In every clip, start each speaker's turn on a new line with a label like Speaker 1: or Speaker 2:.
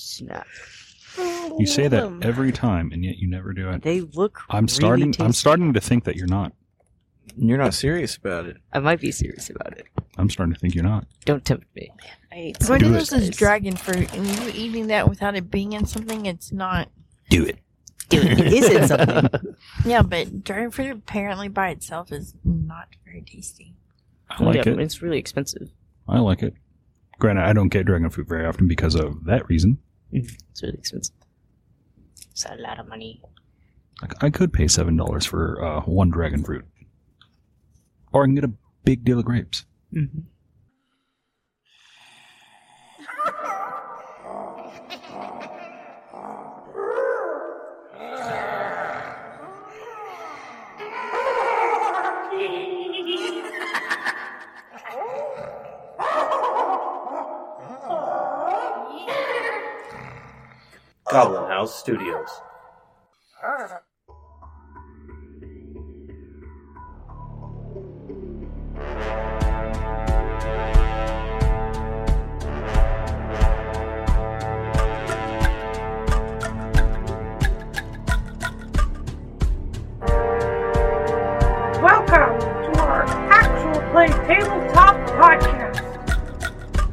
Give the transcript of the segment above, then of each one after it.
Speaker 1: Snap.
Speaker 2: You say that every time, and yet you never do it.
Speaker 1: Um, They look.
Speaker 2: I'm
Speaker 1: really
Speaker 2: starting. I'm
Speaker 1: tasty.
Speaker 2: starting to think that you're not.
Speaker 3: You're not serious about it.
Speaker 1: I might be serious about it.
Speaker 2: I'm starting to think you're not.
Speaker 1: Don't tempt me.
Speaker 4: I ate
Speaker 5: What
Speaker 2: Do
Speaker 5: if
Speaker 2: it.
Speaker 5: this is dragon fruit and you eating that without it being in something? It's not.
Speaker 2: Do it.
Speaker 1: Dude, it is in something.
Speaker 5: Yeah, but dragon fruit apparently by itself is not very tasty.
Speaker 2: I like
Speaker 1: yeah,
Speaker 2: it.
Speaker 1: It's really expensive.
Speaker 2: I like it. Granted, I don't get dragon fruit very often because of that reason.
Speaker 1: It's really expensive.
Speaker 4: It's a lot of money.
Speaker 2: I, I could pay seven dollars for uh, one dragon fruit, or I can get a big deal of grapes.
Speaker 1: Mm-hmm.
Speaker 6: Goblin House Studios.
Speaker 7: Welcome to our actual play tabletop podcast.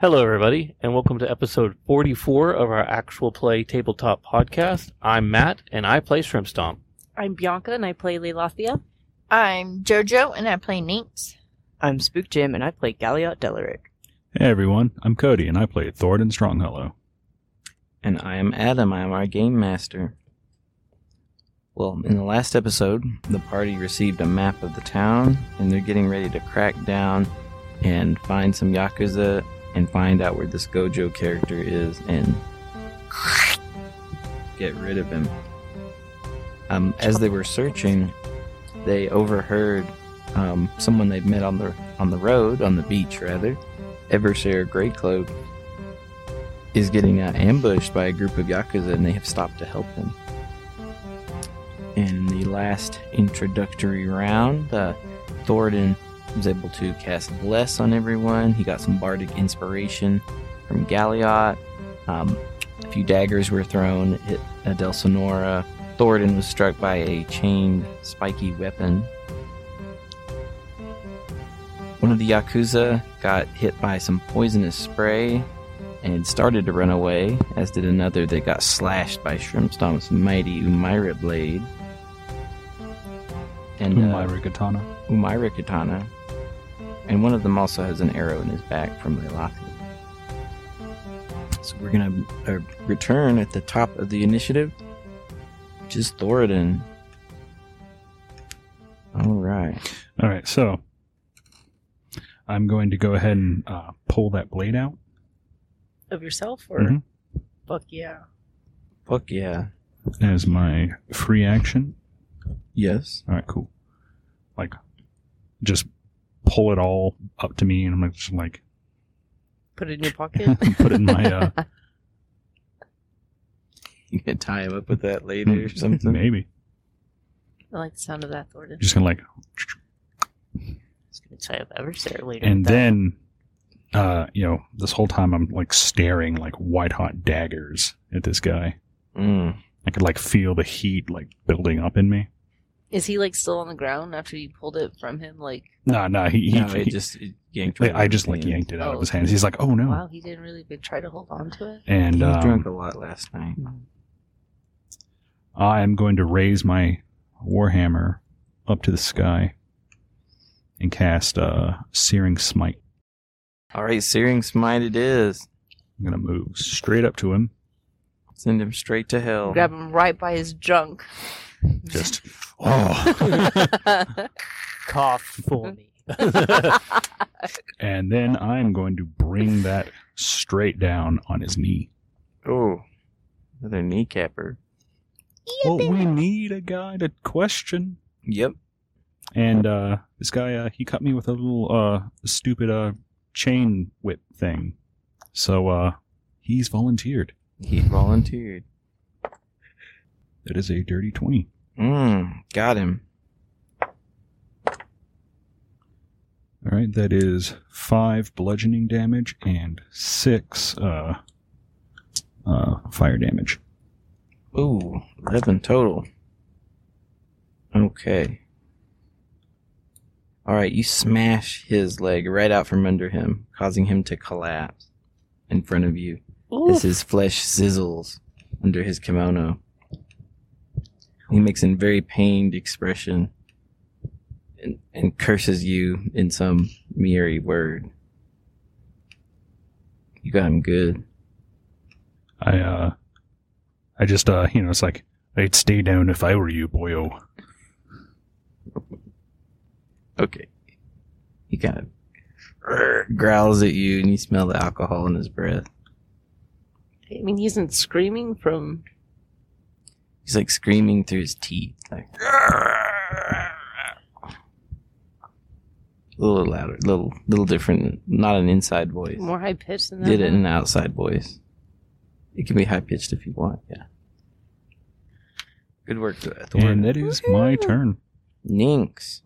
Speaker 8: Hello, everybody, and welcome to episode 44 of our actual play tabletop podcast. I'm Matt, and I play Shrimp Stomp.
Speaker 4: I'm Bianca and I play Leilathia.
Speaker 5: I'm JoJo and I play Ninx.
Speaker 1: I'm Spook Jim, and I play Galliot Delaric.
Speaker 2: Hey everyone, I'm Cody, and I play Thoradin Stronghollow.
Speaker 3: And I am Adam. I am our game master. Well, in the last episode, the party received a map of the town, and they're getting ready to crack down and find some yakuza and find out where this Gojo character is and get rid of him. Um, as they were searching, they overheard um, someone they'd met on the on the road, on the beach rather, Evershare Greycloak, is getting uh, ambushed by a group of yakuza and they have stopped to help him. In the last introductory round, uh, Thoradin was able to cast Bless on everyone. He got some bardic inspiration from Galliot. Um, a few daggers were thrown at Adel Sonora. Thoradin was struck by a chained, spiky weapon. One of the Yakuza got hit by some poisonous spray and started to run away, as did another that got slashed by Shrimpstomp's mighty Umaira blade. And uh,
Speaker 2: My Katana.
Speaker 3: Umaira katana, and one of them also has an arrow in his back from Leilathi. So we're gonna uh, return at the top of the initiative, which is Thoradin. All right.
Speaker 2: All right, so I'm going to go ahead and uh, pull that blade out.
Speaker 4: Of yourself? Or
Speaker 2: Mhm.
Speaker 4: fuck yeah.
Speaker 3: Fuck yeah.
Speaker 2: as my free action.
Speaker 3: Yes.
Speaker 2: All right, cool. Like, just pull it all up to me, and I'm like, just like
Speaker 4: Put it in your pocket.
Speaker 2: put it in my uh,
Speaker 3: You can tie him up with that later or something.
Speaker 2: hmm, maybe.
Speaker 4: I like the sound of that, Thornton.
Speaker 2: Just gonna like,
Speaker 4: It's going to tie up Eversare later.
Speaker 2: and
Speaker 4: with that.
Speaker 2: then, uh, you know, this whole time I'm like staring like white hot daggers at this guy.
Speaker 3: Mm.
Speaker 2: I could like feel the heat like building up in me.
Speaker 4: Is he, like, still on the ground after you pulled it from him? Like,
Speaker 2: Nah, nah, he, he,
Speaker 3: No, it
Speaker 2: he-
Speaker 3: just it yanked.
Speaker 2: I just like yanked it out of his hands. He's like, oh no,
Speaker 4: wow, he didn't really big try to hold on to it?
Speaker 2: and
Speaker 3: He
Speaker 2: um,
Speaker 3: drunk a lot last night.
Speaker 2: I am going to raise my warhammer up to the sky and cast uh, Searing Smite.
Speaker 3: All right, searing smite it is.
Speaker 2: I'm going to move straight up to him.
Speaker 3: Send him straight to hell.
Speaker 4: Grab him right by his junk.
Speaker 2: Just, oh.
Speaker 8: Cough for me.
Speaker 2: and then I'm going to bring that straight down on his knee.
Speaker 3: Oh, another kneecapper.
Speaker 2: Well, we need a guy to question.
Speaker 3: Yep.
Speaker 2: And uh, this guy, uh, he cut me with a little uh, stupid uh, chain whip thing. So uh, he's volunteered.
Speaker 3: He volunteered.
Speaker 2: That is a dirty 20.
Speaker 3: Hmm, Mmm. Got him.
Speaker 2: All right, that is five bludgeoning damage and six uh, uh, fire damage.
Speaker 3: Ooh, 11 total. Okay. Alright, you smash his leg right out from under him, causing him to collapse in front of you as his flesh sizzles under his kimono. He makes a very pained expression and, and curses you in some meary word. You got him good.
Speaker 2: I uh, I just uh, you know, it's like I'd stay down if I were you, boyo.
Speaker 3: Okay. He kind of "Urgh," growls at you, and you smell the alcohol in his breath.
Speaker 4: I mean, he isn't screaming from.
Speaker 3: He's like screaming through his teeth, like "Urgh." a little louder, little little different. Not an inside voice.
Speaker 4: More high pitched than that.
Speaker 3: Did it in an
Speaker 4: one.
Speaker 3: outside voice. It can be high pitched if you want. Yeah. Good work to that.
Speaker 2: And that is my turn.
Speaker 3: Ninx.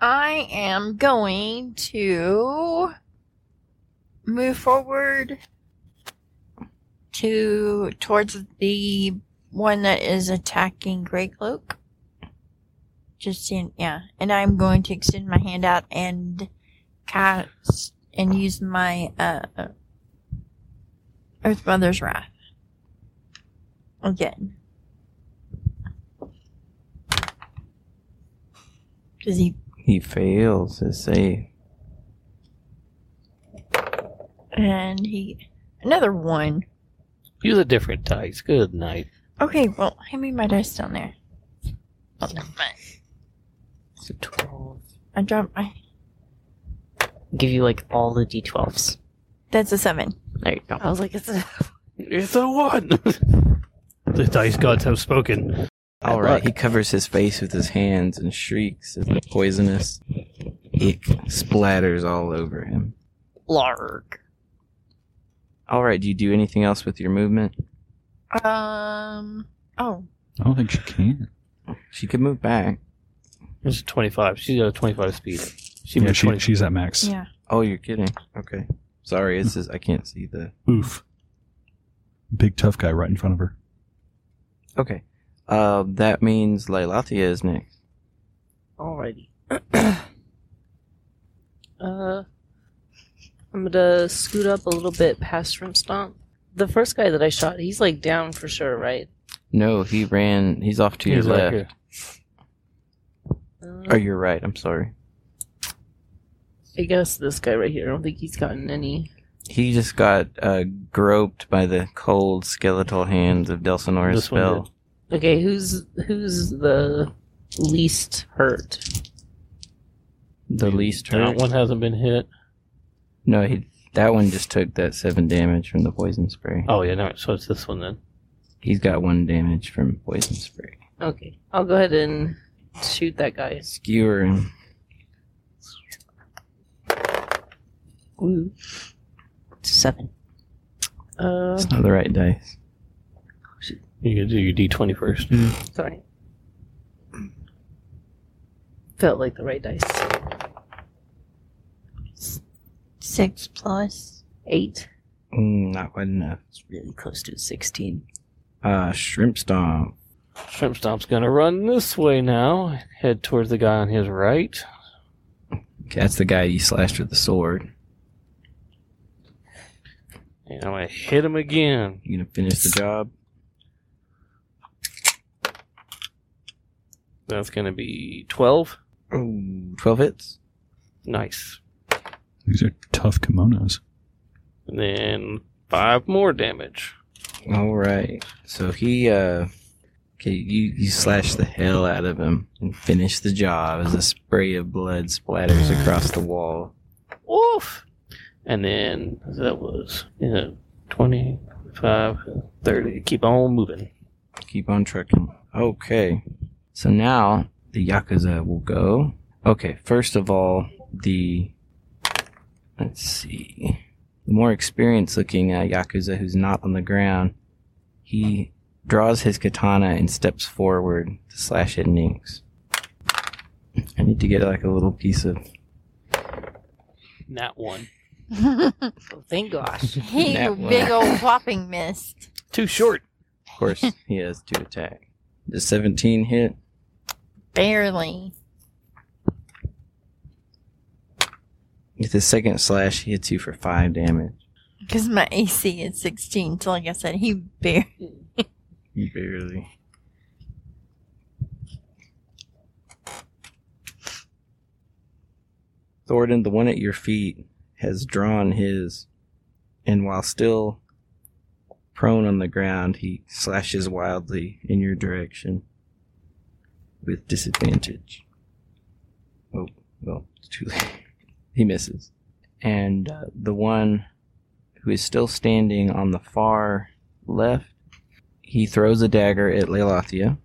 Speaker 5: I am going to move forward to towards the one that is attacking Grey Cloak. Just in yeah, and I'm going to extend my hand out and cast and use my uh Earth Mother's Wrath again. Does he
Speaker 3: He fails his save.
Speaker 5: And he another one.
Speaker 8: Use a different dice. Good night.
Speaker 5: Okay, well, hand me my dice down there. Oh, never mind.
Speaker 4: So 12.
Speaker 5: I dropped my.
Speaker 1: Give you like all the d12s.
Speaker 5: That's a seven.
Speaker 1: There you go.
Speaker 2: Oh.
Speaker 4: I was like, it's a.
Speaker 8: It's a one. the dice gods have spoken.
Speaker 3: All right, he covers his face with his hands and shrieks as the poisonous ick splatters all over him.
Speaker 1: Larg.
Speaker 3: All right, do you do anything else with your movement?
Speaker 5: Um. Oh,
Speaker 2: I don't think she can.
Speaker 3: She could move back.
Speaker 8: It's a 25. She's got a 25 speed. She
Speaker 2: yeah,
Speaker 8: moved
Speaker 2: she,
Speaker 8: 25.
Speaker 2: she's at max.
Speaker 5: yeah.
Speaker 3: Oh, you're kidding. Okay. Sorry, it's just I can't see the.
Speaker 2: Oof. Big tough guy right in front of her.
Speaker 3: Okay. Uh, that means Leilatia is next.
Speaker 4: Alrighty. uh, I'm gonna scoot up a little bit past Shrimp Stomp. The first guy that I shot, he's like down for sure, right?
Speaker 3: No, he ran. He's off to your
Speaker 8: He's right
Speaker 3: left.
Speaker 8: here.
Speaker 4: Uh,
Speaker 3: or your right. I'm sorry.
Speaker 4: I guess this guy right here. I don't think he's gotten any.
Speaker 3: He just got uh, groped by the cold skeletal hands of Delsonora's
Speaker 8: This one
Speaker 3: spell.
Speaker 8: did.
Speaker 4: Okay, who's who's the least hurt?
Speaker 3: The least
Speaker 8: That
Speaker 3: hurt.
Speaker 8: one hasn't been hit.
Speaker 3: No, he, that one just took that seven damage from the poison spray.
Speaker 8: Oh, yeah, no. So it's this one then.
Speaker 3: He's got one damage from poison spray.
Speaker 4: Okay, I'll go ahead and shoot that guy.
Speaker 3: Skewer him.
Speaker 4: Ooh.
Speaker 1: Seven.
Speaker 4: Uh,
Speaker 3: It's not the right dice.
Speaker 8: You can do your d20 first.
Speaker 4: sorry. Felt like the right dice.
Speaker 5: Six plus.
Speaker 4: Eight.
Speaker 3: Mm, not quite enough.
Speaker 1: It's really close to a 16.
Speaker 3: Uh, shrimp stomp.
Speaker 8: Shrimp Stomp's gonna run this way now. Head towards the guy on his right.
Speaker 3: Okay, that's the guy you slashed with the sword.
Speaker 8: And I'm gonna hit him again.
Speaker 3: You gonna finish the job?
Speaker 8: That's gonna be 12.
Speaker 3: Ooh, 12 hits.
Speaker 8: Nice.
Speaker 2: These are tough kimonos.
Speaker 8: And then five more damage.
Speaker 3: All right. So he, uh, okay, you, you slash the hell out of him and finish the job as a spray of blood splatters across the wall.
Speaker 8: Oof! And then that was, you know, 20, 25, 30. Keep on moving.
Speaker 3: Keep on trucking. Okay. So now the Yakuza will go. Okay, first of all, the. Let's see. The more experienced looking uh, Yakuza who's not on the ground, he draws his katana and steps forward to slash at Ninx. I need to get like a little piece of
Speaker 8: Nat one.
Speaker 4: Oh, thank gosh.
Speaker 5: Hey,
Speaker 3: That
Speaker 5: you
Speaker 3: one.
Speaker 5: big old whopping missed.
Speaker 8: Too short.
Speaker 3: Of course, he has two attack. The 17 hit.
Speaker 5: Barely.
Speaker 3: With his second slash, he hits you for five damage.
Speaker 5: Because my AC is 16, so like I said, he barely.
Speaker 3: Barely. Thornton, the one at your feet, has drawn his, and while still prone on the ground, he slashes wildly in your direction with disadvantage. Oh, well, it's too late. He misses. And uh, the one who is still standing on the far left he throws a dagger at Leilathia.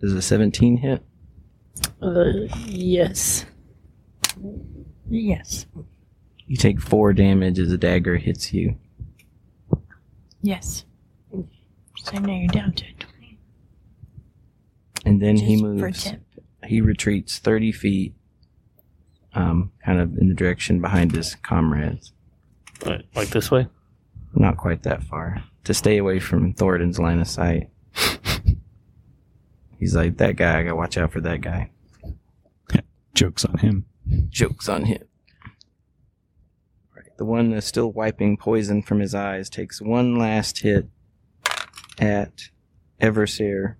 Speaker 3: Does a 17 hit?
Speaker 4: Uh, yes.
Speaker 5: Yes.
Speaker 3: You take 4 damage as a dagger hits you.
Speaker 5: Yes. So now you're down to a 20.
Speaker 3: And then he
Speaker 5: Just for
Speaker 3: moves.
Speaker 5: tip.
Speaker 3: He retreats 30 feet, um, kind of in the direction behind his comrades.
Speaker 8: Like like this way.
Speaker 3: Not quite that far. To stay away from Thoradin's line of sight. He's like, that guy, I gotta watch out for that guy.
Speaker 2: Joke's on him.
Speaker 3: Joke's on him. Right. The one that's still wiping poison from his eyes takes one last hit at Everseer,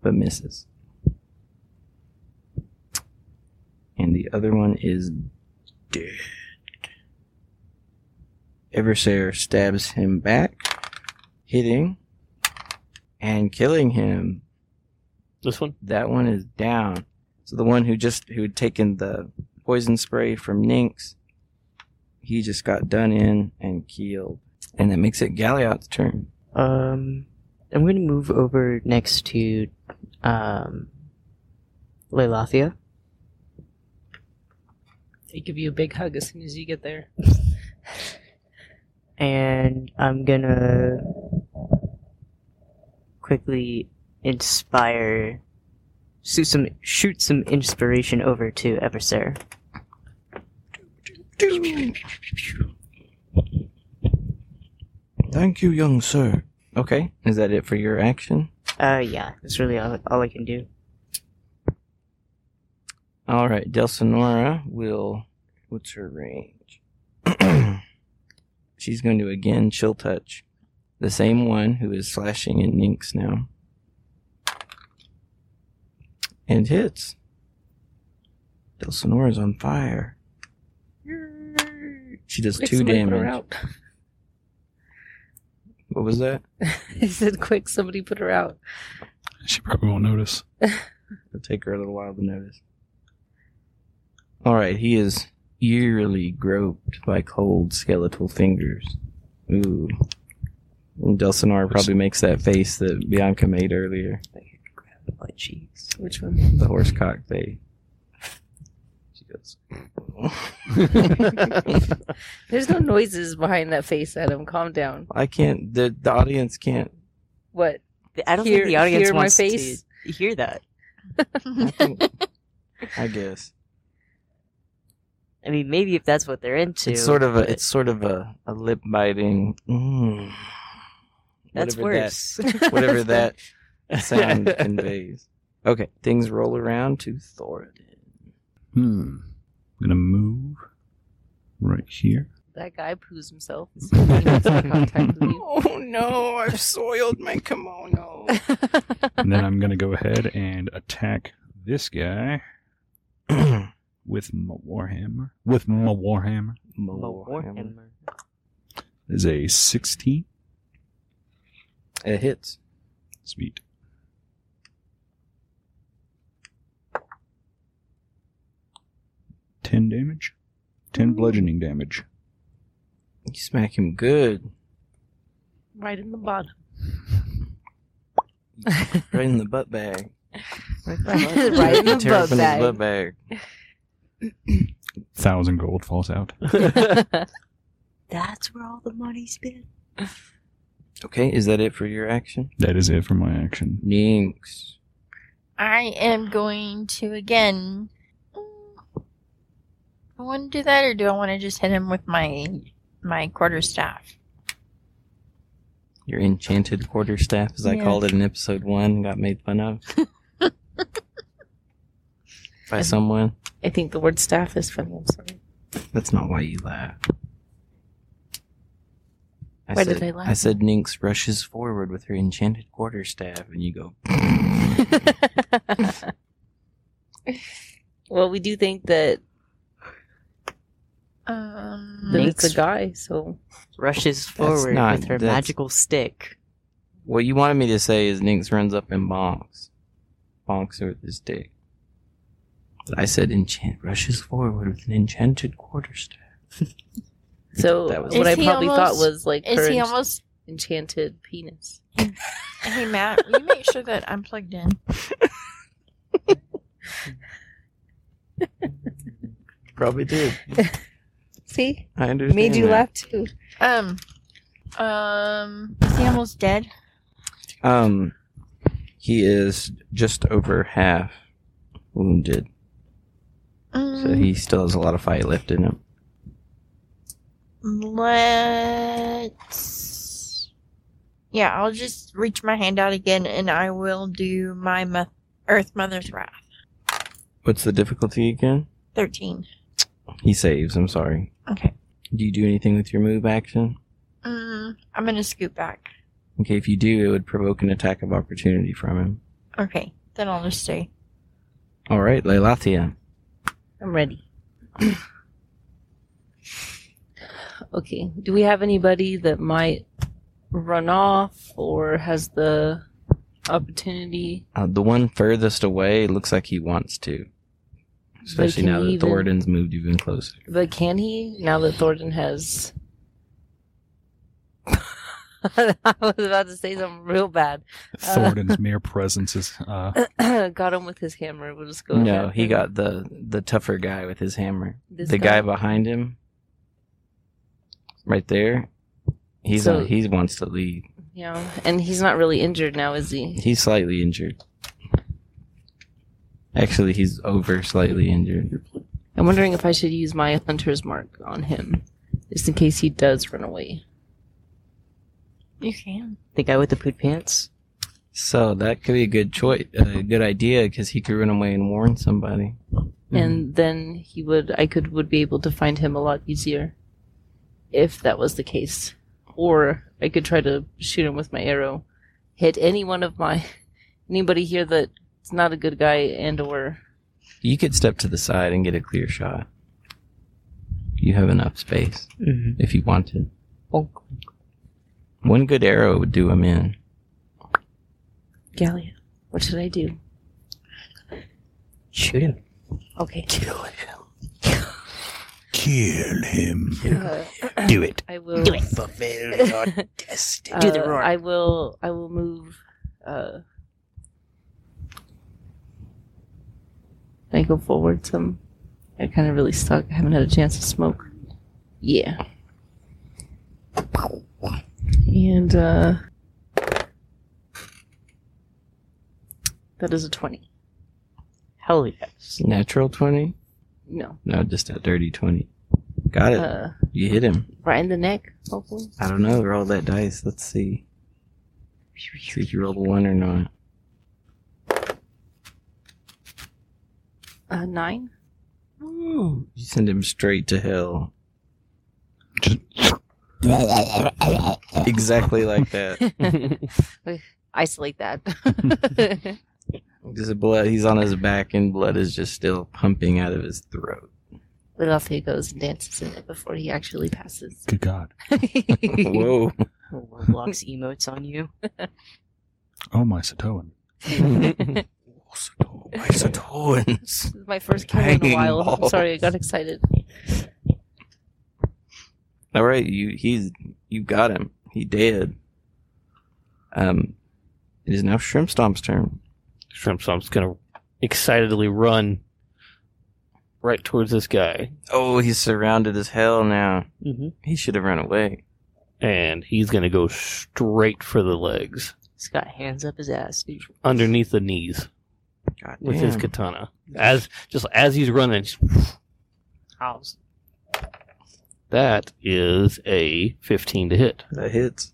Speaker 3: but misses. And the other one is dead. Everseer stabs him back, hitting and killing him.
Speaker 8: This one.
Speaker 3: That one is down. So the one who just who had taken the poison spray from Nynx, he just got done in and killed. And that makes it Galliot's turn.
Speaker 1: Um, I'm going to move over next to um, Leilathia.
Speaker 4: They give you a big hug as soon as you get there.
Speaker 1: and I'm gonna quickly inspire shoot some shoot some inspiration over to Everser.
Speaker 3: Thank you, young sir. Okay, is that it for your action?
Speaker 1: Uh yeah, that's really all, all I can do.
Speaker 3: All right, Del Sonora will. What's her range? She's going to again chill touch, the same one who is slashing in Nynx now, and hits. Del Sonora's on fire. She does
Speaker 4: Quick,
Speaker 3: two
Speaker 4: somebody put her
Speaker 3: damage.
Speaker 4: out.
Speaker 3: What was that?
Speaker 4: I said, quick, somebody put her out.
Speaker 2: She probably won't notice.
Speaker 3: It'll take her a little while to notice. All right, he is eerily groped by cold skeletal fingers. Ooh. And Delsonar probably makes that face that Bianca made earlier,
Speaker 1: My cheeks.
Speaker 4: Which one?
Speaker 3: the horsecock face. She goes.
Speaker 4: There's no noises behind that face, Adam. Calm down.
Speaker 3: I can't. The the audience can't.
Speaker 4: What?
Speaker 1: I don't
Speaker 4: Hear-
Speaker 1: think the audience
Speaker 4: hear my
Speaker 1: wants
Speaker 4: face?
Speaker 1: to hear that.
Speaker 3: I, think, I guess
Speaker 1: I mean, maybe if that's what they're into.
Speaker 3: it's sort of a
Speaker 1: but
Speaker 3: it's sort of a, a lip biting. Mm.
Speaker 1: that's
Speaker 3: Whatever that-
Speaker 1: worse.
Speaker 3: whatever that sound conveys. Okay, things roll around to Thoradin.
Speaker 2: Hmm. I'm gonna move right here.
Speaker 4: That guy poos himself. as soon as he makes eye contact with you.
Speaker 3: Oh no, I've soiled my kimono.
Speaker 2: and then I'm gonna go ahead and attack this guy with my warhammer. With my warhammer
Speaker 3: Warhammer.
Speaker 2: is a 16.
Speaker 3: It hits.
Speaker 2: Sweet. Ten damage. Ten bludgeoning damage.
Speaker 3: You smack him good.
Speaker 4: Right in the bottom.
Speaker 3: Right in the butt bag.
Speaker 4: right in the
Speaker 3: Tear
Speaker 4: bug
Speaker 3: open his butt
Speaker 4: bag.
Speaker 3: bag.
Speaker 2: Thousand gold falls out.
Speaker 1: That's where all the money's been.
Speaker 3: Okay, is that it for your action?
Speaker 2: That is it for my action.
Speaker 3: Ninx.
Speaker 5: I am going to again. I want to do that, or do I want to just hit him with my my quarter staff?
Speaker 3: Your enchanted quarterstaff, as I
Speaker 5: Yeah.
Speaker 3: called it in episode one, got made fun of by someone.
Speaker 4: I think the word staff is from them. Sorry.
Speaker 3: That's not why you laugh. I
Speaker 4: Why
Speaker 3: said,
Speaker 4: did I laugh?
Speaker 3: I said Nynx rushes forward with her enchanted quarterstaff, and you go,
Speaker 4: well, we do think that,
Speaker 5: Um,
Speaker 4: that it's
Speaker 1: Minx.
Speaker 4: a guy, so
Speaker 1: Rushes forward
Speaker 3: not-
Speaker 1: with her
Speaker 3: that's-
Speaker 1: magical stick.
Speaker 3: What you wanted me to say is Nynx runs up and bonks. Bonks her with his dick. But I said enchant rushes forward with an enchanted quarterstaff.
Speaker 4: so
Speaker 3: That was-
Speaker 4: what
Speaker 5: Is
Speaker 4: I
Speaker 5: he
Speaker 4: probably
Speaker 5: almost-
Speaker 4: thought was like
Speaker 5: is
Speaker 4: her
Speaker 5: he
Speaker 4: en-
Speaker 5: almost?
Speaker 4: enchanted penis.
Speaker 5: Hey Matt, will you make sure that I'm plugged in.
Speaker 3: Probably did.
Speaker 4: See,
Speaker 3: I understand.
Speaker 4: made you
Speaker 3: that.
Speaker 4: laugh too.
Speaker 5: Um, um, is he almost dead?
Speaker 3: Um he is just over half wounded. So
Speaker 5: Mm,
Speaker 3: he still has a lot of fight left in him.
Speaker 5: let's. Yeah, I'll just reach my hand out again, and I will do my mo- Earth Mother's Wrath.
Speaker 3: What's the difficulty again?
Speaker 5: Thirteen.
Speaker 3: He saves, I'm sorry.
Speaker 5: Okay.
Speaker 3: Do you do anything with your move action?
Speaker 5: Mm, I'm gonna scoot back.
Speaker 3: Okay, if you do, it would provoke an attack of opportunity from him.
Speaker 5: Okay, then I'll just stay.
Speaker 3: Alright, Leilathia.
Speaker 4: I'm ready. okay. Do we have anybody that might run off or has the opportunity?
Speaker 3: Uh, the one furthest away looks like he wants to. Especially
Speaker 4: can
Speaker 3: now that
Speaker 4: he even-
Speaker 3: Thoradin's moved even closer.
Speaker 4: But can he now that Thornton has? I was about to say something real bad.
Speaker 2: Thoradin's mere presence is. Uh,
Speaker 4: got him with his hammer. We'll just go.
Speaker 3: no,
Speaker 4: ahead
Speaker 3: he
Speaker 4: and-
Speaker 3: got the the tougher guy with his hammer.
Speaker 4: This
Speaker 3: the guy.
Speaker 4: guy?
Speaker 3: behind him, right there, he's
Speaker 4: So-
Speaker 3: uh, he wants to lead.
Speaker 4: Yeah, and he's not really injured now, is he?
Speaker 3: He's slightly injured. Actually, he's over slightly injured.
Speaker 4: I'm wondering if I should use my hunter's mark on him, just in case he does run away.
Speaker 5: You can.
Speaker 1: The guy with the poot pants.
Speaker 3: So that could be a good choice, a good idea, because he could run away and warn somebody. Hmm.
Speaker 4: and then he would I could would be able to find him a lot easier if that was the case. Or I could try to shoot him with my arrow, hit any one of my anybody here that's not a good guy and or
Speaker 3: You could step to the side and get a clear shot. You have enough space
Speaker 1: Mm-hmm.
Speaker 3: if you wanted.
Speaker 1: Oh,
Speaker 3: One good arrow would do him in.
Speaker 4: Gallia. What should I do?
Speaker 1: Shoot him.
Speaker 4: Okay.
Speaker 2: Kill him.
Speaker 4: do it. I will do
Speaker 1: Fulfill destiny. Do the roar.
Speaker 4: I will I will move uh I go forward some I kinda really stuck. I haven't had a chance to smoke. Yeah. And uh that is a twenty.
Speaker 1: Hell yes.
Speaker 3: Natural twenty.
Speaker 4: No.
Speaker 3: No, just a dirty 20. Got it.
Speaker 4: Uh
Speaker 3: you hit him.
Speaker 4: right in the neck, hopefully.
Speaker 3: I don't know. Roll that dice. Let's see. See if you rolled a 1 or not.
Speaker 4: Uh nine.
Speaker 3: Ooh. You send him straight to hell. exactly like that.
Speaker 4: Isolate that.
Speaker 3: Just blood. He's on his back and blood is just still pumping out of his throat.
Speaker 4: Philadelphia goes and dances in it before he actually passes.
Speaker 2: Good God.
Speaker 3: Whoa.
Speaker 1: Little Roblox emotes on you.
Speaker 2: Oh, my Satoan.
Speaker 4: this
Speaker 3: Isotons.
Speaker 4: is my first kill in a while. I'm
Speaker 3: Balls.
Speaker 4: sorry, I got excited.
Speaker 3: All right, you he's you got him. He dead. Um, it is now Shrimp Stomp's turn.
Speaker 8: Shrimp Stomp's gonna excitedly run right towards this guy,
Speaker 3: Oh, he's surrounded as hell now.
Speaker 1: Mm-hmm.
Speaker 3: He should have run away.
Speaker 8: and he's gonna go straight for the legs
Speaker 1: He's got hands up his ass. dude.
Speaker 8: underneath the knees
Speaker 3: God
Speaker 8: with his katana. As just as he's running, just
Speaker 4: house.
Speaker 8: That is a 15 to hit.
Speaker 3: That hits.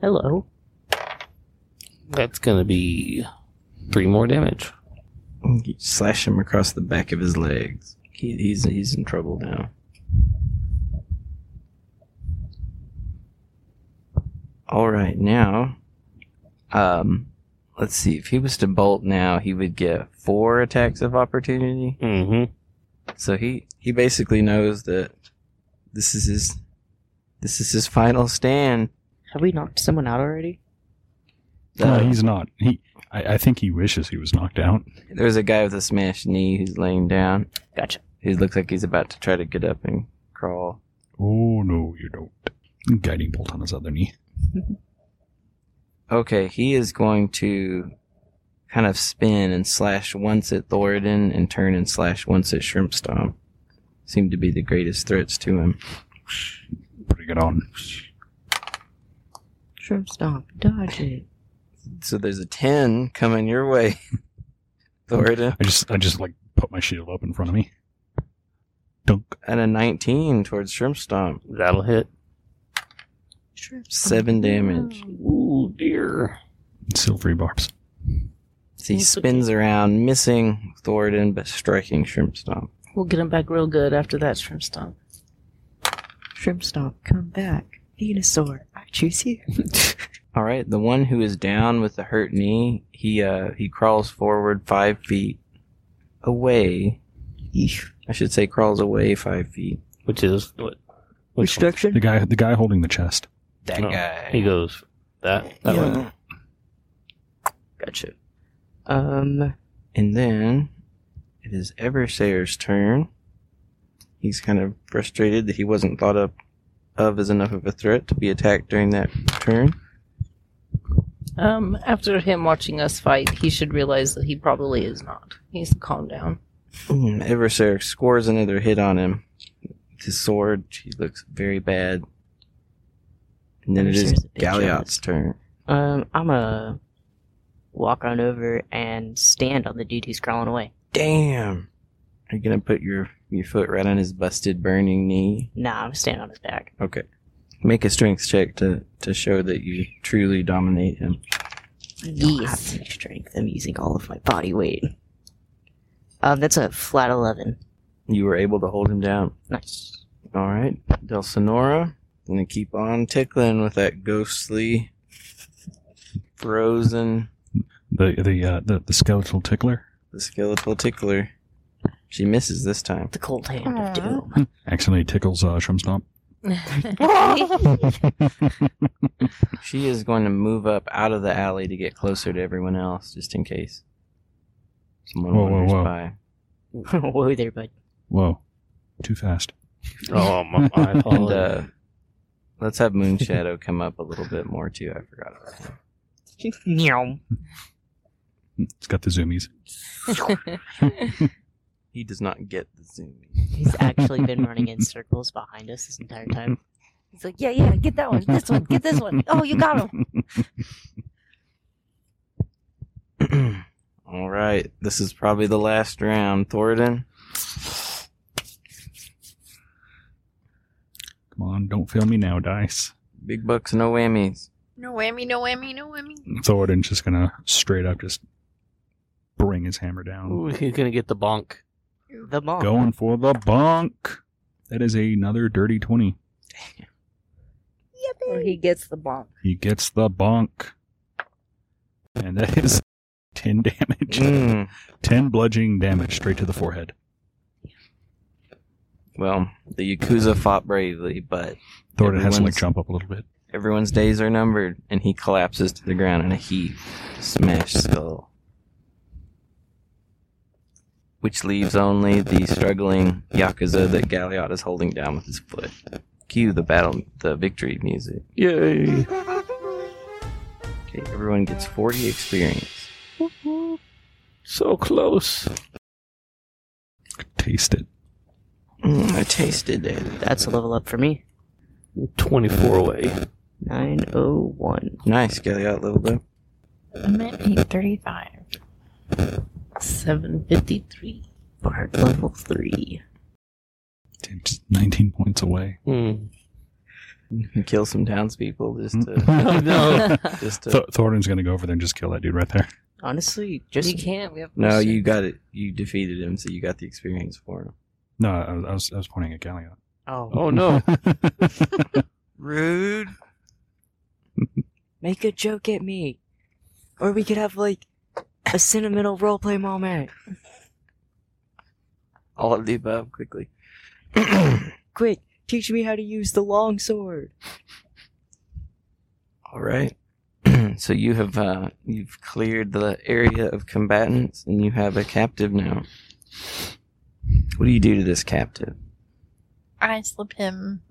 Speaker 4: Hello.
Speaker 8: That's going to be three more damage.
Speaker 3: You slash him across the back of his legs. He, he's he's in trouble now. All right, now, um, let's see. If he was to bolt now, he would get four attacks of opportunity.
Speaker 8: Mm-hmm.
Speaker 3: So he he basically knows that this is his this is his final stand.
Speaker 9: Have we knocked someone out already?
Speaker 2: no, he's not. He, I, I think he wishes he was knocked out.
Speaker 3: There's a guy with a smashed knee who's laying down.
Speaker 9: Gotcha.
Speaker 3: He looks like he's about to try to get up and crawl.
Speaker 2: Oh no, you don't. Guiding bolt on his other knee.
Speaker 3: Okay, he is going to kind of spin and slash once at Thoradin and turn and slash once at Shrimp Stomp. Seem to be the greatest threats to him.
Speaker 2: Bring it on.
Speaker 9: Shrimp stomp. Dodge it.
Speaker 3: So there's a 10 coming your way, Thoradin,
Speaker 2: I just I just like put my shield up in front of me. Dunk.
Speaker 3: and a 19 towards Shrimp Stomp.
Speaker 8: That'll hit.
Speaker 9: Shrimp
Speaker 3: Seven damage.
Speaker 8: Ooh, dear.
Speaker 2: Silvery barbs.
Speaker 3: So he spins around, missing Thoradin, but striking Shrimp Stomp.
Speaker 4: We'll get him back real good after that shrimp stomp.
Speaker 9: Shrimp stomp. Come back. Venusaur. I choose you.
Speaker 3: All right, the one who is down with the hurt knee, he uh he crawls forward five feet away.
Speaker 9: Eesh.
Speaker 3: I should say crawls away five feet.
Speaker 8: Which is what? Which one?
Speaker 9: Restriction.
Speaker 2: The guy the guy holding the chest.
Speaker 3: That
Speaker 8: Oh,
Speaker 3: guy.
Speaker 8: He goes that that
Speaker 3: Yeah.
Speaker 8: way.
Speaker 9: Gotcha. Um.
Speaker 3: And then it is Eversayer's turn. He's kind of frustrated that he wasn't thought of, of as enough of a threat to be attacked during that turn.
Speaker 4: Um, after him watching us fight, he should realize that he probably is not. He needs to calm down.
Speaker 3: Mm, Eversayer scores another hit on him. With his sword, he looks very bad. And then it is
Speaker 9: Eversayer's a bitch,
Speaker 3: Galliot's
Speaker 9: honest.
Speaker 3: turn.
Speaker 1: Um, I'm gonna walk on over and stand on the dude who's crawling away.
Speaker 3: Damn. Are you gonna put your, your foot right on his busted burning knee?
Speaker 1: Nah, I'm standing on his back.
Speaker 3: Okay. Make a strength check to, to show that you truly dominate him.
Speaker 1: I don't have
Speaker 4: Yes.
Speaker 1: any strength. I'm using all of my body weight. Um, that's a flat 11.
Speaker 3: You were able to hold him down.
Speaker 1: Nice.
Speaker 3: Alright. Del Sonora. Gonna keep on tickling with that ghostly frozen
Speaker 2: The the uh, the, the skeletal tickler.
Speaker 3: the skeletal tickler. She misses this time.
Speaker 1: The cold hand of
Speaker 5: Aw.
Speaker 1: doom.
Speaker 2: Accidentally tickles uh shrimp stomp.
Speaker 3: She is going to move up out of the alley to get closer to everyone else, just in case. Someone
Speaker 2: Whoa, whoa,
Speaker 3: wanders
Speaker 2: whoa.
Speaker 3: by.
Speaker 1: Whoa there, bud.
Speaker 2: Whoa. Too fast.
Speaker 8: Oh, my, I
Speaker 3: And
Speaker 8: apologize.
Speaker 3: uh, let's have Moonshadow come up a little bit more too. I forgot about him.
Speaker 1: Meow.
Speaker 2: Mm, It's got the zoomies.
Speaker 3: He does not get the zoom.
Speaker 1: He's actually been running in circles behind us this entire time.
Speaker 9: He's like, yeah, yeah. Get that one. This one. Get this one. Oh, you got him.
Speaker 3: All right, this is probably the last round, Thoradin.
Speaker 2: Come on, don't fail me now, dice.
Speaker 3: Big bucks, no whammies.
Speaker 5: No whammy, no whammy, no whammy.
Speaker 2: Thoradin's just gonna straight up just bring his hammer down.
Speaker 8: Ooh, he's gonna get the bonk.
Speaker 1: The mom.
Speaker 2: Going for the bonk. That is another dirty 20.
Speaker 4: or he gets the bomb.
Speaker 2: He gets the bonk. And that is 10 damage.
Speaker 3: Mm,
Speaker 2: 10 bludgeoning damage straight to the forehead.
Speaker 3: Well, the Yakuza fought bravely, but
Speaker 2: Thoradin has to like
Speaker 3: Everyone's-
Speaker 2: jump up a little bit.
Speaker 3: everyone's days are numbered, and he collapses to the ground in a heap, smashed skull. Which leaves only the struggling Yakuza that Galliot is holding down with his foot. Cue the battle, the victory music.
Speaker 8: Yay!
Speaker 3: Okay, everyone gets 40 experience.
Speaker 8: So close.
Speaker 2: Taste it.
Speaker 3: Mm, I tasted it.
Speaker 1: That's a level up for me.
Speaker 8: Twenty-four away.
Speaker 1: 901.
Speaker 3: Nice, Galliot leveled up.
Speaker 5: I'm at 835.
Speaker 4: 753.
Speaker 9: Bard level three.
Speaker 2: Damn, just 19 points away.
Speaker 8: Hmm.
Speaker 3: Kill some townspeople just to
Speaker 2: Th-
Speaker 4: no.
Speaker 3: just to.
Speaker 2: Thorin's gonna go over there and just kill that dude right there.
Speaker 1: Honestly, just
Speaker 4: you can't. We have
Speaker 3: No,
Speaker 4: mercy.
Speaker 3: you got it. You defeated him, so you got the experience for him.
Speaker 2: No, I, was- I was I was pointing at Gallia.
Speaker 1: Oh,
Speaker 8: Oh no.
Speaker 1: rude.
Speaker 9: Make a joke at me, or we could have like a sentimental roleplay moment.
Speaker 3: All of the above, quickly.
Speaker 9: Quick, teach me how to use the long sword.
Speaker 3: All right. so you have uh, you've cleared the area of combatants, and you have a captive now. What do you do to this captive?
Speaker 5: I slip him.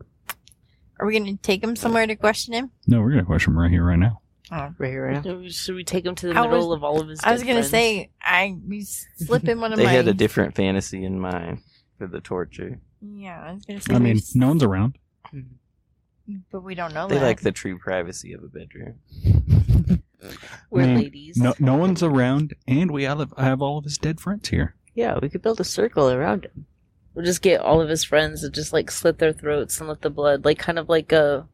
Speaker 5: Are we gonna take him somewhere to question him?
Speaker 2: no, we're gonna question him right here, right now.
Speaker 1: Right here, right now.
Speaker 4: No, Should we take him to the
Speaker 5: I
Speaker 4: middle of all of his?
Speaker 5: I was
Speaker 4: dead
Speaker 5: gonna
Speaker 4: friends?
Speaker 5: say I we slip him one of
Speaker 3: They
Speaker 5: my.
Speaker 3: had a different fantasy in mind for the torture.
Speaker 5: yeah, I was gonna say.
Speaker 2: I
Speaker 5: we
Speaker 2: mean,
Speaker 5: s-
Speaker 2: no one's around.
Speaker 5: But we don't know
Speaker 3: They
Speaker 5: that.
Speaker 3: like the true privacy of a bedroom.
Speaker 4: we're
Speaker 2: I mean,
Speaker 4: ladies.
Speaker 2: Mm. No, no one's around, and we all have, I have all of his dead friends here.
Speaker 1: Yeah, we could build a circle around him.
Speaker 4: We'll just get all of his friends and just like slit their throats and let the blood, like kind of like a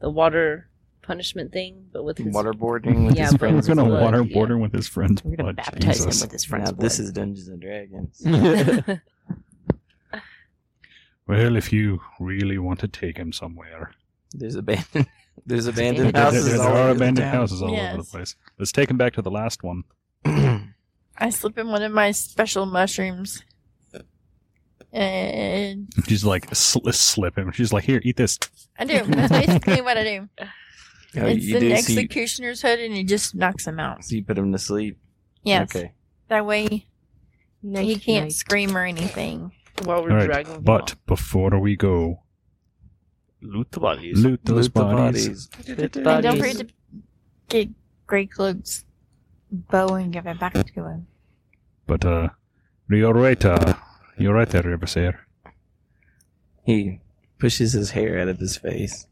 Speaker 4: the water punishment thing, but with his
Speaker 3: Waterboarding with
Speaker 4: Yeah,
Speaker 3: his
Speaker 4: but-
Speaker 2: We're
Speaker 3: friends.
Speaker 4: Friends
Speaker 2: gonna
Speaker 4: blood,
Speaker 2: water
Speaker 4: yeah.
Speaker 2: border with his friends.
Speaker 1: We're gonna
Speaker 2: blood,
Speaker 1: baptize
Speaker 2: Jesus.
Speaker 1: him with his friend's
Speaker 3: Now
Speaker 1: blood.
Speaker 3: this is Dungeons and Dragons.
Speaker 8: Hmm.
Speaker 2: Well, if you really want to take him somewhere,
Speaker 3: There's abandoned. There's abandoned
Speaker 1: abandoned.
Speaker 3: houses.
Speaker 2: there, there
Speaker 3: all
Speaker 2: are
Speaker 3: over the
Speaker 2: abandoned
Speaker 3: town.
Speaker 2: houses all over
Speaker 5: Yes.
Speaker 2: the place. Let's take him back to the last one.
Speaker 5: I slip him one of my special mushrooms. And
Speaker 2: She's like sl- slip him. She's like, here, eat this.
Speaker 5: I do. That's basically what I do.
Speaker 3: Oh,
Speaker 5: it's
Speaker 3: you
Speaker 5: an
Speaker 3: do so you,
Speaker 5: executioner's hood, and it just knocks him out.
Speaker 3: so you put him to sleep.
Speaker 5: Yes.
Speaker 3: Okay.
Speaker 5: That way he
Speaker 1: Night,
Speaker 5: can't
Speaker 1: night.
Speaker 5: scream or anything.
Speaker 4: while we're
Speaker 2: All right,
Speaker 4: dragging him
Speaker 2: But
Speaker 4: off.
Speaker 2: before we go,
Speaker 8: Loot the bodies.
Speaker 2: loot those
Speaker 3: Loot the
Speaker 2: bodies.
Speaker 4: But
Speaker 5: And don't
Speaker 4: bodies-
Speaker 5: forget to get Grey Cloak's bow and give it back to him.
Speaker 2: But uh, you're right. Uh, you're right there, Riversayer.
Speaker 3: He pushes his hair out of his face.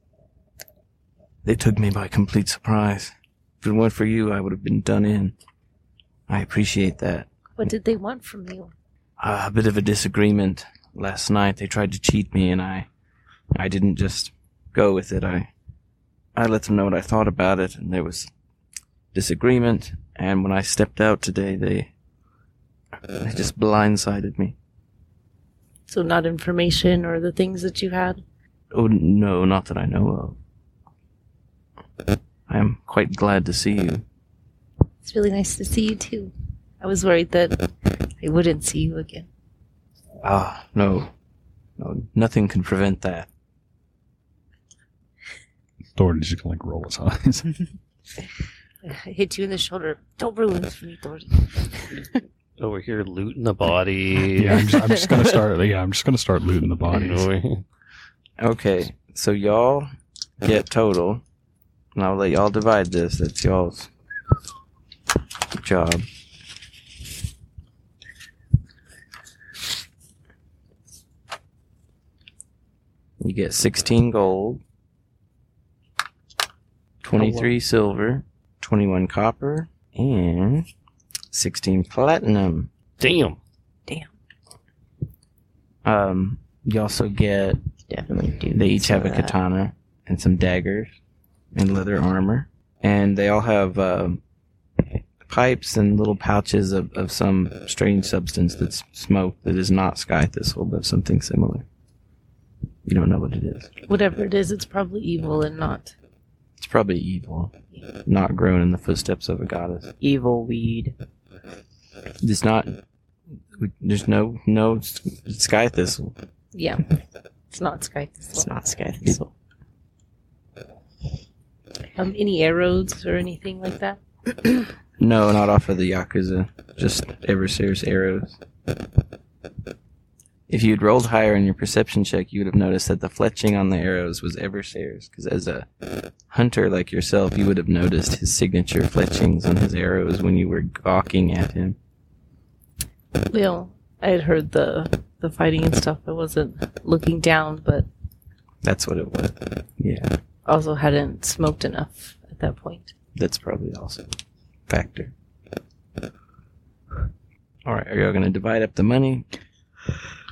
Speaker 3: They took me by complete surprise. If it weren't for you, I would have been done in. I appreciate that.
Speaker 4: what did they want from you?
Speaker 3: Uh, a bit of a disagreement last night. They tried to cheat me, and I, I didn't just go with it. I, I let them know what I thought about it, and there was disagreement. And when I stepped out today, they, they just blindsided me.
Speaker 4: So not information or the things that you had.
Speaker 3: Oh no, not that I know of. I am quite glad to see you.
Speaker 4: It's really nice to see you too. I was worried that I wouldn't see you again.
Speaker 3: Ah, no. No, nothing can prevent that.
Speaker 2: Thorin's just gonna like roll his eyes.
Speaker 4: I hit you in the shoulder. Don't ruin this for me, Thornton.
Speaker 8: Over here looting the bodies.
Speaker 2: yeah, I'm just, I'm just gonna start. Yeah, I'm just gonna start looting the bodies.
Speaker 3: Okay, so y'all get total. And I'll let y'all divide this. That's y'all's job. You get 16 gold, 23 silver, 21 copper, and 16 platinum.
Speaker 8: Damn.
Speaker 3: Um, you also get
Speaker 1: definitely do.
Speaker 3: They each have a
Speaker 4: uh,
Speaker 1: that.
Speaker 3: katana and some daggers and leather armor. And they all have um pipes and little pouches of, of some strange substance that's smoke that is not sky thistle, but something similar. You don't know what it is.
Speaker 4: Whatever it is, it's probably evil and not.
Speaker 3: It's probably evil, not grown in the footsteps of a goddess.
Speaker 1: Evil weed.
Speaker 3: It's not. There's no no sky thistle.
Speaker 4: Yeah, it's not sky.
Speaker 1: It's
Speaker 4: Thistle.
Speaker 1: not sky thistle.
Speaker 4: Um, any arrows or anything like that?
Speaker 3: No, not off of the Yakuza. Just Everseer's arrows. If you'd rolled higher in your perception check, you would have noticed that the fletching on the arrows was Everseer's, because as a hunter like yourself, you would have noticed his signature fletchings on his arrows when you were gawking at him.
Speaker 4: Well, I had heard the the fighting and stuff. I wasn't looking down, but
Speaker 3: That's what it was. Yeah,
Speaker 4: also hadn't smoked enough at that point.
Speaker 3: that's probably also a factor. All right, are y'all going to divide up the money?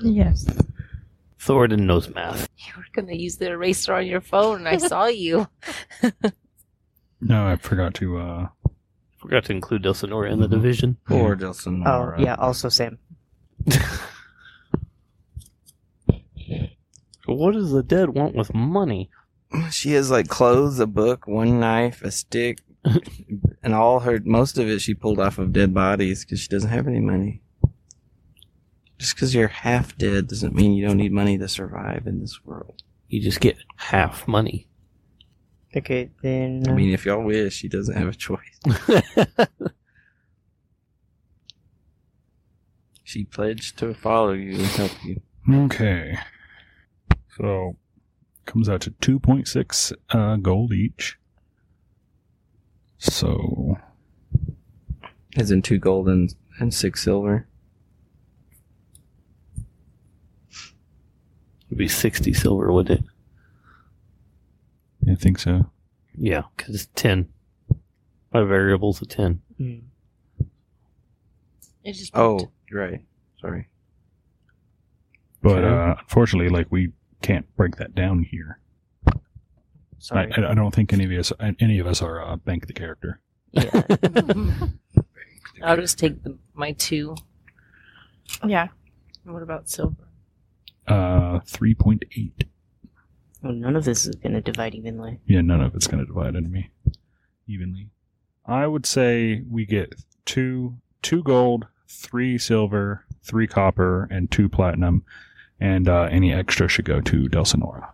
Speaker 5: Yes.
Speaker 8: Thoradin knows math.
Speaker 4: You were gonna use the eraser on your phone. I saw you.
Speaker 2: No, I forgot to. uh
Speaker 8: Forgot to include Del Sonora in the division.
Speaker 3: Or Delson?
Speaker 1: Oh, yeah, also Sam.
Speaker 8: What does the dead want with money?
Speaker 3: She has like clothes, a book, one knife, a stick, and all her most of it she pulled off of dead bodies because she doesn't have any money. Just because you're half dead doesn't mean you don't need money to survive in this world.
Speaker 8: You just get half money.
Speaker 1: Okay, then.
Speaker 3: I mean, if y'all wish, she doesn't have a choice. She pledged to follow you and help you.
Speaker 2: Okay. So, comes out to 2.6 uh, gold each. So,
Speaker 3: As in two gold and, and six silver.
Speaker 8: It'd be 60 silver, wouldn't it?
Speaker 2: I think so.
Speaker 8: Yeah, because it's 10. My variable's a 10.
Speaker 1: mm.
Speaker 4: It just
Speaker 3: Oh, you're right. Sorry.
Speaker 2: But
Speaker 8: Okay.
Speaker 2: uh, unfortunately, like we can't break that down here. I,
Speaker 1: Sorry.
Speaker 2: I I don't think any of us any of us are uh, bank the character.
Speaker 4: I'll just take the, my two.
Speaker 5: Yeah.
Speaker 4: What about silver?
Speaker 2: Uh, three point eight.
Speaker 1: Oh, none of this is gonna divide evenly.
Speaker 2: Yeah, none of it's going to divide into me evenly. I would say we get two two gold, three silver, three copper, and two platinum, and uh, any extra should go to Del Sonora.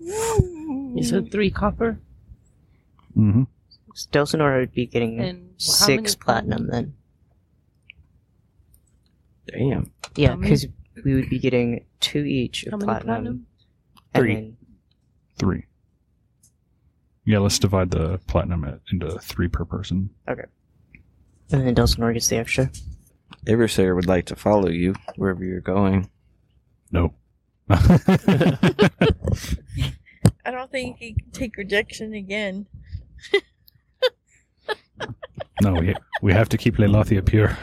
Speaker 4: You said three copper
Speaker 2: Mm-hmm.
Speaker 1: So Delsinor would be getting
Speaker 3: Mm.
Speaker 4: and how many-
Speaker 1: six platinum then.
Speaker 3: Damn.
Speaker 1: Yeah,
Speaker 4: How many-
Speaker 1: because we would be getting two each of
Speaker 4: How many
Speaker 1: platinum,
Speaker 4: platinum?
Speaker 1: and
Speaker 2: Three.
Speaker 1: then
Speaker 2: Three. Yeah, let's divide the platinum at- into three per person.
Speaker 1: and then Delsinor gets the extra.
Speaker 3: Eversayer would like to follow you wherever you're going.
Speaker 2: No.
Speaker 5: I don't think he can take rejection again.
Speaker 2: no, we, we have to keep Leilathia pure.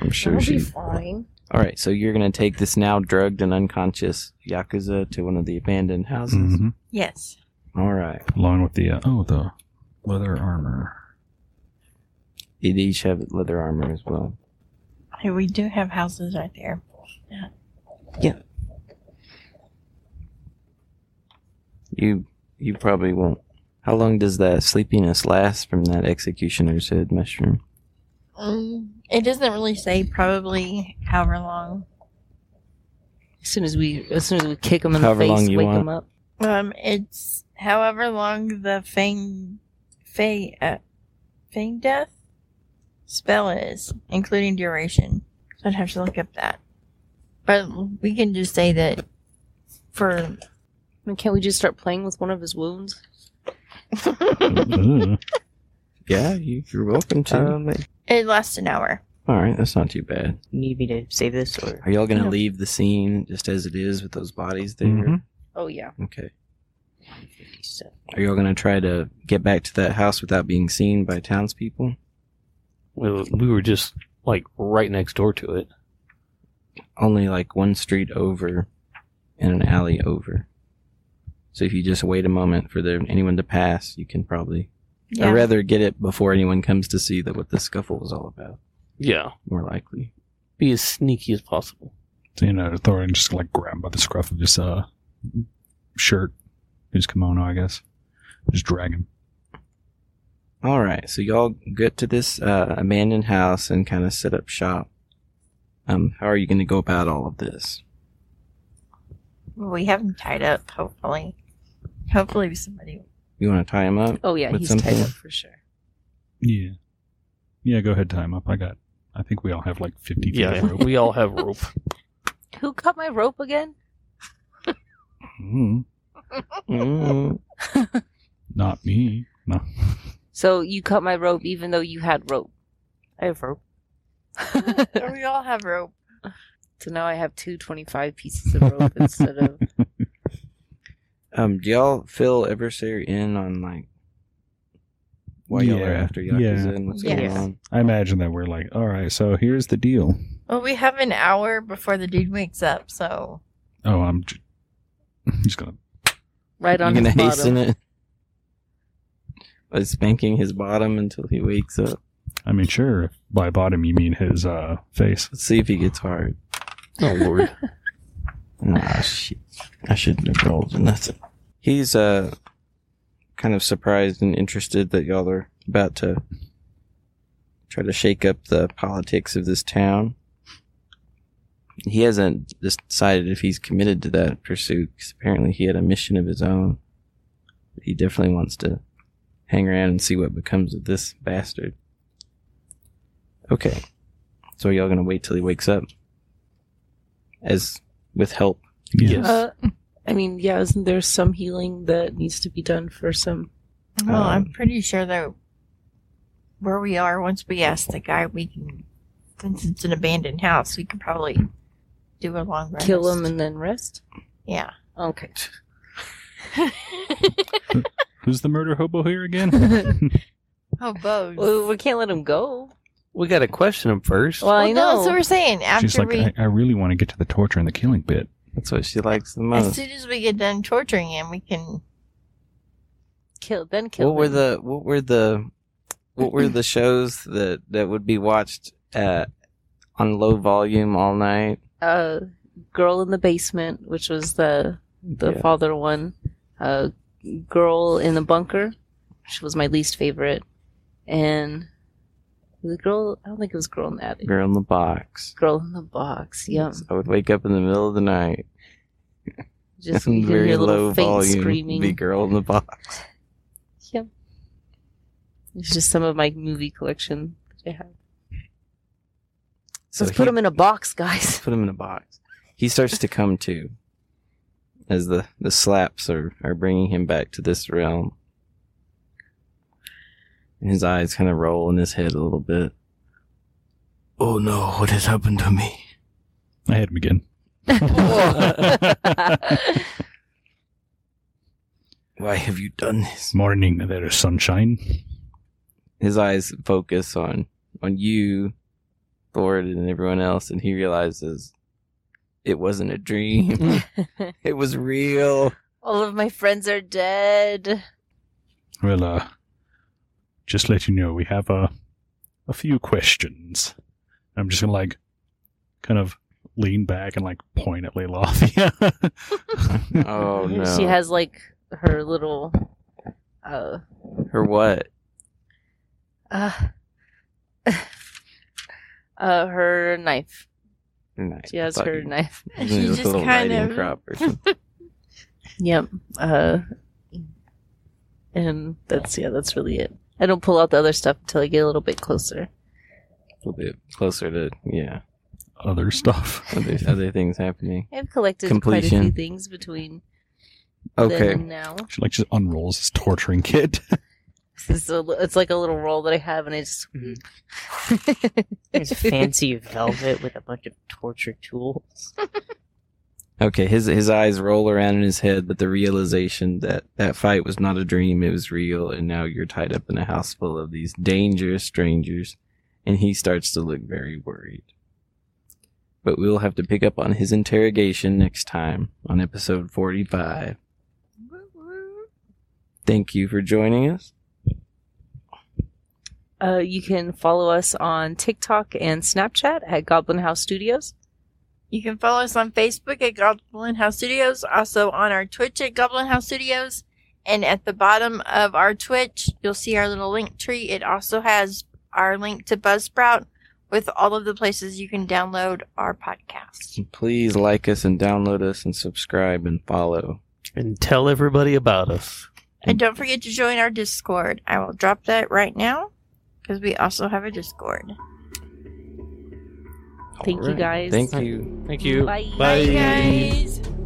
Speaker 3: I'm sure
Speaker 4: That'll be
Speaker 3: she.
Speaker 4: fine.
Speaker 3: All right, so you're gonna take this now drugged and unconscious yakuza to one of the abandoned houses.
Speaker 2: hmm
Speaker 5: Yes.
Speaker 3: All right.
Speaker 2: Along with the, uh, oh, the leather armor.
Speaker 3: They each have leather armor as well.
Speaker 5: Hey, we do have houses right there.
Speaker 3: You you probably won't. How long does that sleepiness last from that executioner's head mushroom?
Speaker 5: Mm, it doesn't really say probably however long.
Speaker 4: As soon as we, as soon as we kick them in
Speaker 3: However
Speaker 4: the face,
Speaker 3: long you
Speaker 4: wake
Speaker 3: want.
Speaker 4: them up.
Speaker 5: Um, it's however long the Fang, Fang, uh, Fang death spell is, including duration. So I'd have to look up that. But we can just say that for
Speaker 4: I mean, can't we just start playing with one of his wounds?
Speaker 2: Ugh.
Speaker 3: Yeah, you, you're welcome to.
Speaker 1: Um,
Speaker 5: it lasts an hour.
Speaker 3: All right, that's not too bad.
Speaker 1: need me to save this or
Speaker 3: Are y'all gonna leave the scene just as it is with those bodies there?
Speaker 2: Mhm.
Speaker 4: Oh yeah.
Speaker 3: Okay. Are y'all gonna try to get back to that house without being seen by townspeople?
Speaker 8: We were- we were just, like, right next door to it.
Speaker 3: only like one street over and an alley over. So if you just wait a moment for there, anyone to pass, you can probably. I'd rather get it before anyone comes to see that what the scuffle was all about.
Speaker 8: Yeah.
Speaker 3: More likely.
Speaker 8: Be as sneaky as possible.
Speaker 2: So, you know, Thorin just like grab him by the scruff of his uh, shirt, his kimono, I guess. Just drag him.
Speaker 3: All right, so y'all get to this uh, abandoned house and kind of set up shop. Um, how are you going to go about all of this?
Speaker 5: We have him tied up, hopefully. Hopefully somebody.
Speaker 3: You want to tie him up?
Speaker 4: Oh yeah.
Speaker 3: With
Speaker 4: he's
Speaker 3: something?
Speaker 4: tied up for sure.
Speaker 2: Yeah. Yeah, go ahead, time up. I got, I think we all have like 50 feet
Speaker 8: Yeah,
Speaker 2: of rope.
Speaker 8: we all have rope.
Speaker 4: Who cut my rope again?
Speaker 2: Mm,
Speaker 3: Mm,
Speaker 2: not me. No.
Speaker 4: So you cut my rope, even though you had rope. I have rope.
Speaker 5: we all have rope.
Speaker 4: So now I have two 25 pieces of rope instead of.
Speaker 3: Um, do y'all fill Eversary in on like while y'all are
Speaker 2: Yeah,
Speaker 3: after
Speaker 2: yeah.
Speaker 3: Yakuza and what's going
Speaker 5: Yes.
Speaker 3: on.
Speaker 2: I imagine that we're like, all right, so here's the deal.
Speaker 5: Well, we have an hour before the dude wakes up, so
Speaker 2: Oh, I'm j- I'm just gonna.
Speaker 4: Right
Speaker 3: You're
Speaker 4: on
Speaker 3: gonna
Speaker 4: his
Speaker 3: hasten
Speaker 4: bottom.
Speaker 3: it by spanking his bottom until he wakes up.
Speaker 2: I mean, sure. If by bottom you mean his uh, face.
Speaker 3: Let's see if he gets hard.
Speaker 8: Oh lord.
Speaker 3: Ah, shit. I shouldn't have rolled or nothing. He's uh kind of surprised and interested that y'all are about to try to shake up the politics of this town. He hasn't decided if he's committed to that pursuit because apparently he had a mission of his own. He definitely wants to hang around and see what becomes of this bastard. Okay. So are y'all gonna wait till he wakes up? As with help.
Speaker 8: Yes.
Speaker 4: Uh, I mean, yeah, isn't there some healing that needs to be done for some?
Speaker 5: well, I'm
Speaker 3: Um,
Speaker 5: pretty sure that where we are, once we ask the guy, we can. Since it's an abandoned house, we can probably do a long rest.
Speaker 4: Kill him and then rest?
Speaker 5: yeah.
Speaker 4: Okay.
Speaker 2: Who's the murder hobo here again?
Speaker 4: well,
Speaker 5: Oh, both.
Speaker 4: we can't let him go.
Speaker 8: we gotta question him first.
Speaker 4: Well, I know.
Speaker 5: that's what we're saying. After
Speaker 2: She's like,
Speaker 5: we,
Speaker 2: I, I really want to get to the torture and the killing bit.
Speaker 3: That's what she likes the
Speaker 5: as
Speaker 3: most.
Speaker 5: soon as we get done torturing him, we can.
Speaker 4: kill then kill.
Speaker 3: What were
Speaker 4: him.
Speaker 3: the what were the what were the shows that that would be watched uh, on low volume all night?
Speaker 4: uh, girl in the basement, which was the the
Speaker 3: Yeah.
Speaker 4: father one. Uh, girl in the bunker, which was my least favorite, and the girl. I don't think it was girl in the attic.
Speaker 3: Girl in the box.
Speaker 4: Girl in the box. Yep.
Speaker 3: I would wake up in the middle of the night,
Speaker 4: Just
Speaker 3: in
Speaker 4: you could hear
Speaker 3: very
Speaker 4: a
Speaker 3: low
Speaker 4: little faint
Speaker 3: volume,
Speaker 4: screaming.
Speaker 3: be girl in the box.
Speaker 4: Yep. It's just some of my movie collection that I have.
Speaker 3: So
Speaker 4: Let's put
Speaker 3: he-
Speaker 4: them in a box, guys.
Speaker 3: put him in a box. He starts to come to as the the slaps are are bringing him back to this realm. And his eyes kind of roll in his head a little bit. Oh no, what has happened to me?
Speaker 2: I had him again.
Speaker 3: Why have you done this?
Speaker 2: Morning, there is sunshine.
Speaker 3: His eyes focus on on you, Thord, and everyone else, and he realizes it wasn't a dream. it was real.
Speaker 4: All of my friends are dead.
Speaker 2: Well, uh, just let you know, we have a, a few questions. I'm just gonna like, kind of lean back and like point at Leilafia.
Speaker 3: Oh no.
Speaker 4: She has like her little uh
Speaker 3: her what?
Speaker 4: uh, uh her knife.
Speaker 3: Nice.
Speaker 4: She has
Speaker 3: Thought
Speaker 4: her
Speaker 3: you-
Speaker 4: knife.
Speaker 5: She
Speaker 3: With a
Speaker 5: just
Speaker 3: little
Speaker 5: kind
Speaker 3: riding
Speaker 5: of-
Speaker 3: crop or something.
Speaker 4: Yep. Uh and that's yeah, that's really it. I don't pull out the other stuff until I get a little bit closer.
Speaker 3: a little bit closer to yeah
Speaker 2: Other stuff.
Speaker 3: other, other things happening
Speaker 4: I've collected quite a few
Speaker 3: Completion.
Speaker 4: things between
Speaker 3: okay
Speaker 4: then and now.
Speaker 2: She like just unrolls his torturing kit.
Speaker 4: It's, a, li- it's like a little roll that I have, and I just.
Speaker 1: There's fancy velvet with a bunch of torture tools.
Speaker 3: okay his his eyes roll around in his head but the realization that that fight was not a dream it was real and now you're tied up in a house full of these dangerous strangers and he starts to look very worried but we'll have to pick up on his interrogation next time on episode 45 thank you for joining us
Speaker 4: Uh, you can follow us on TikTok and Snapchat at Goblin House Studios.
Speaker 5: You can follow us on Facebook at Goblin House Studios, also on our Twitch at Goblin House Studios, and at the bottom of our Twitch, you'll see our little link tree. It also has our link to Buzzsprout with all of the places you can download our podcast.
Speaker 3: please like us and download us and subscribe and follow
Speaker 8: and tell everybody about us.
Speaker 5: And don't forget to join our Discord. I will drop that right now because we also have a Discord.
Speaker 4: Thank you, guys.
Speaker 3: Thank you.
Speaker 8: Thank you.
Speaker 4: Bye.
Speaker 5: Bye guys.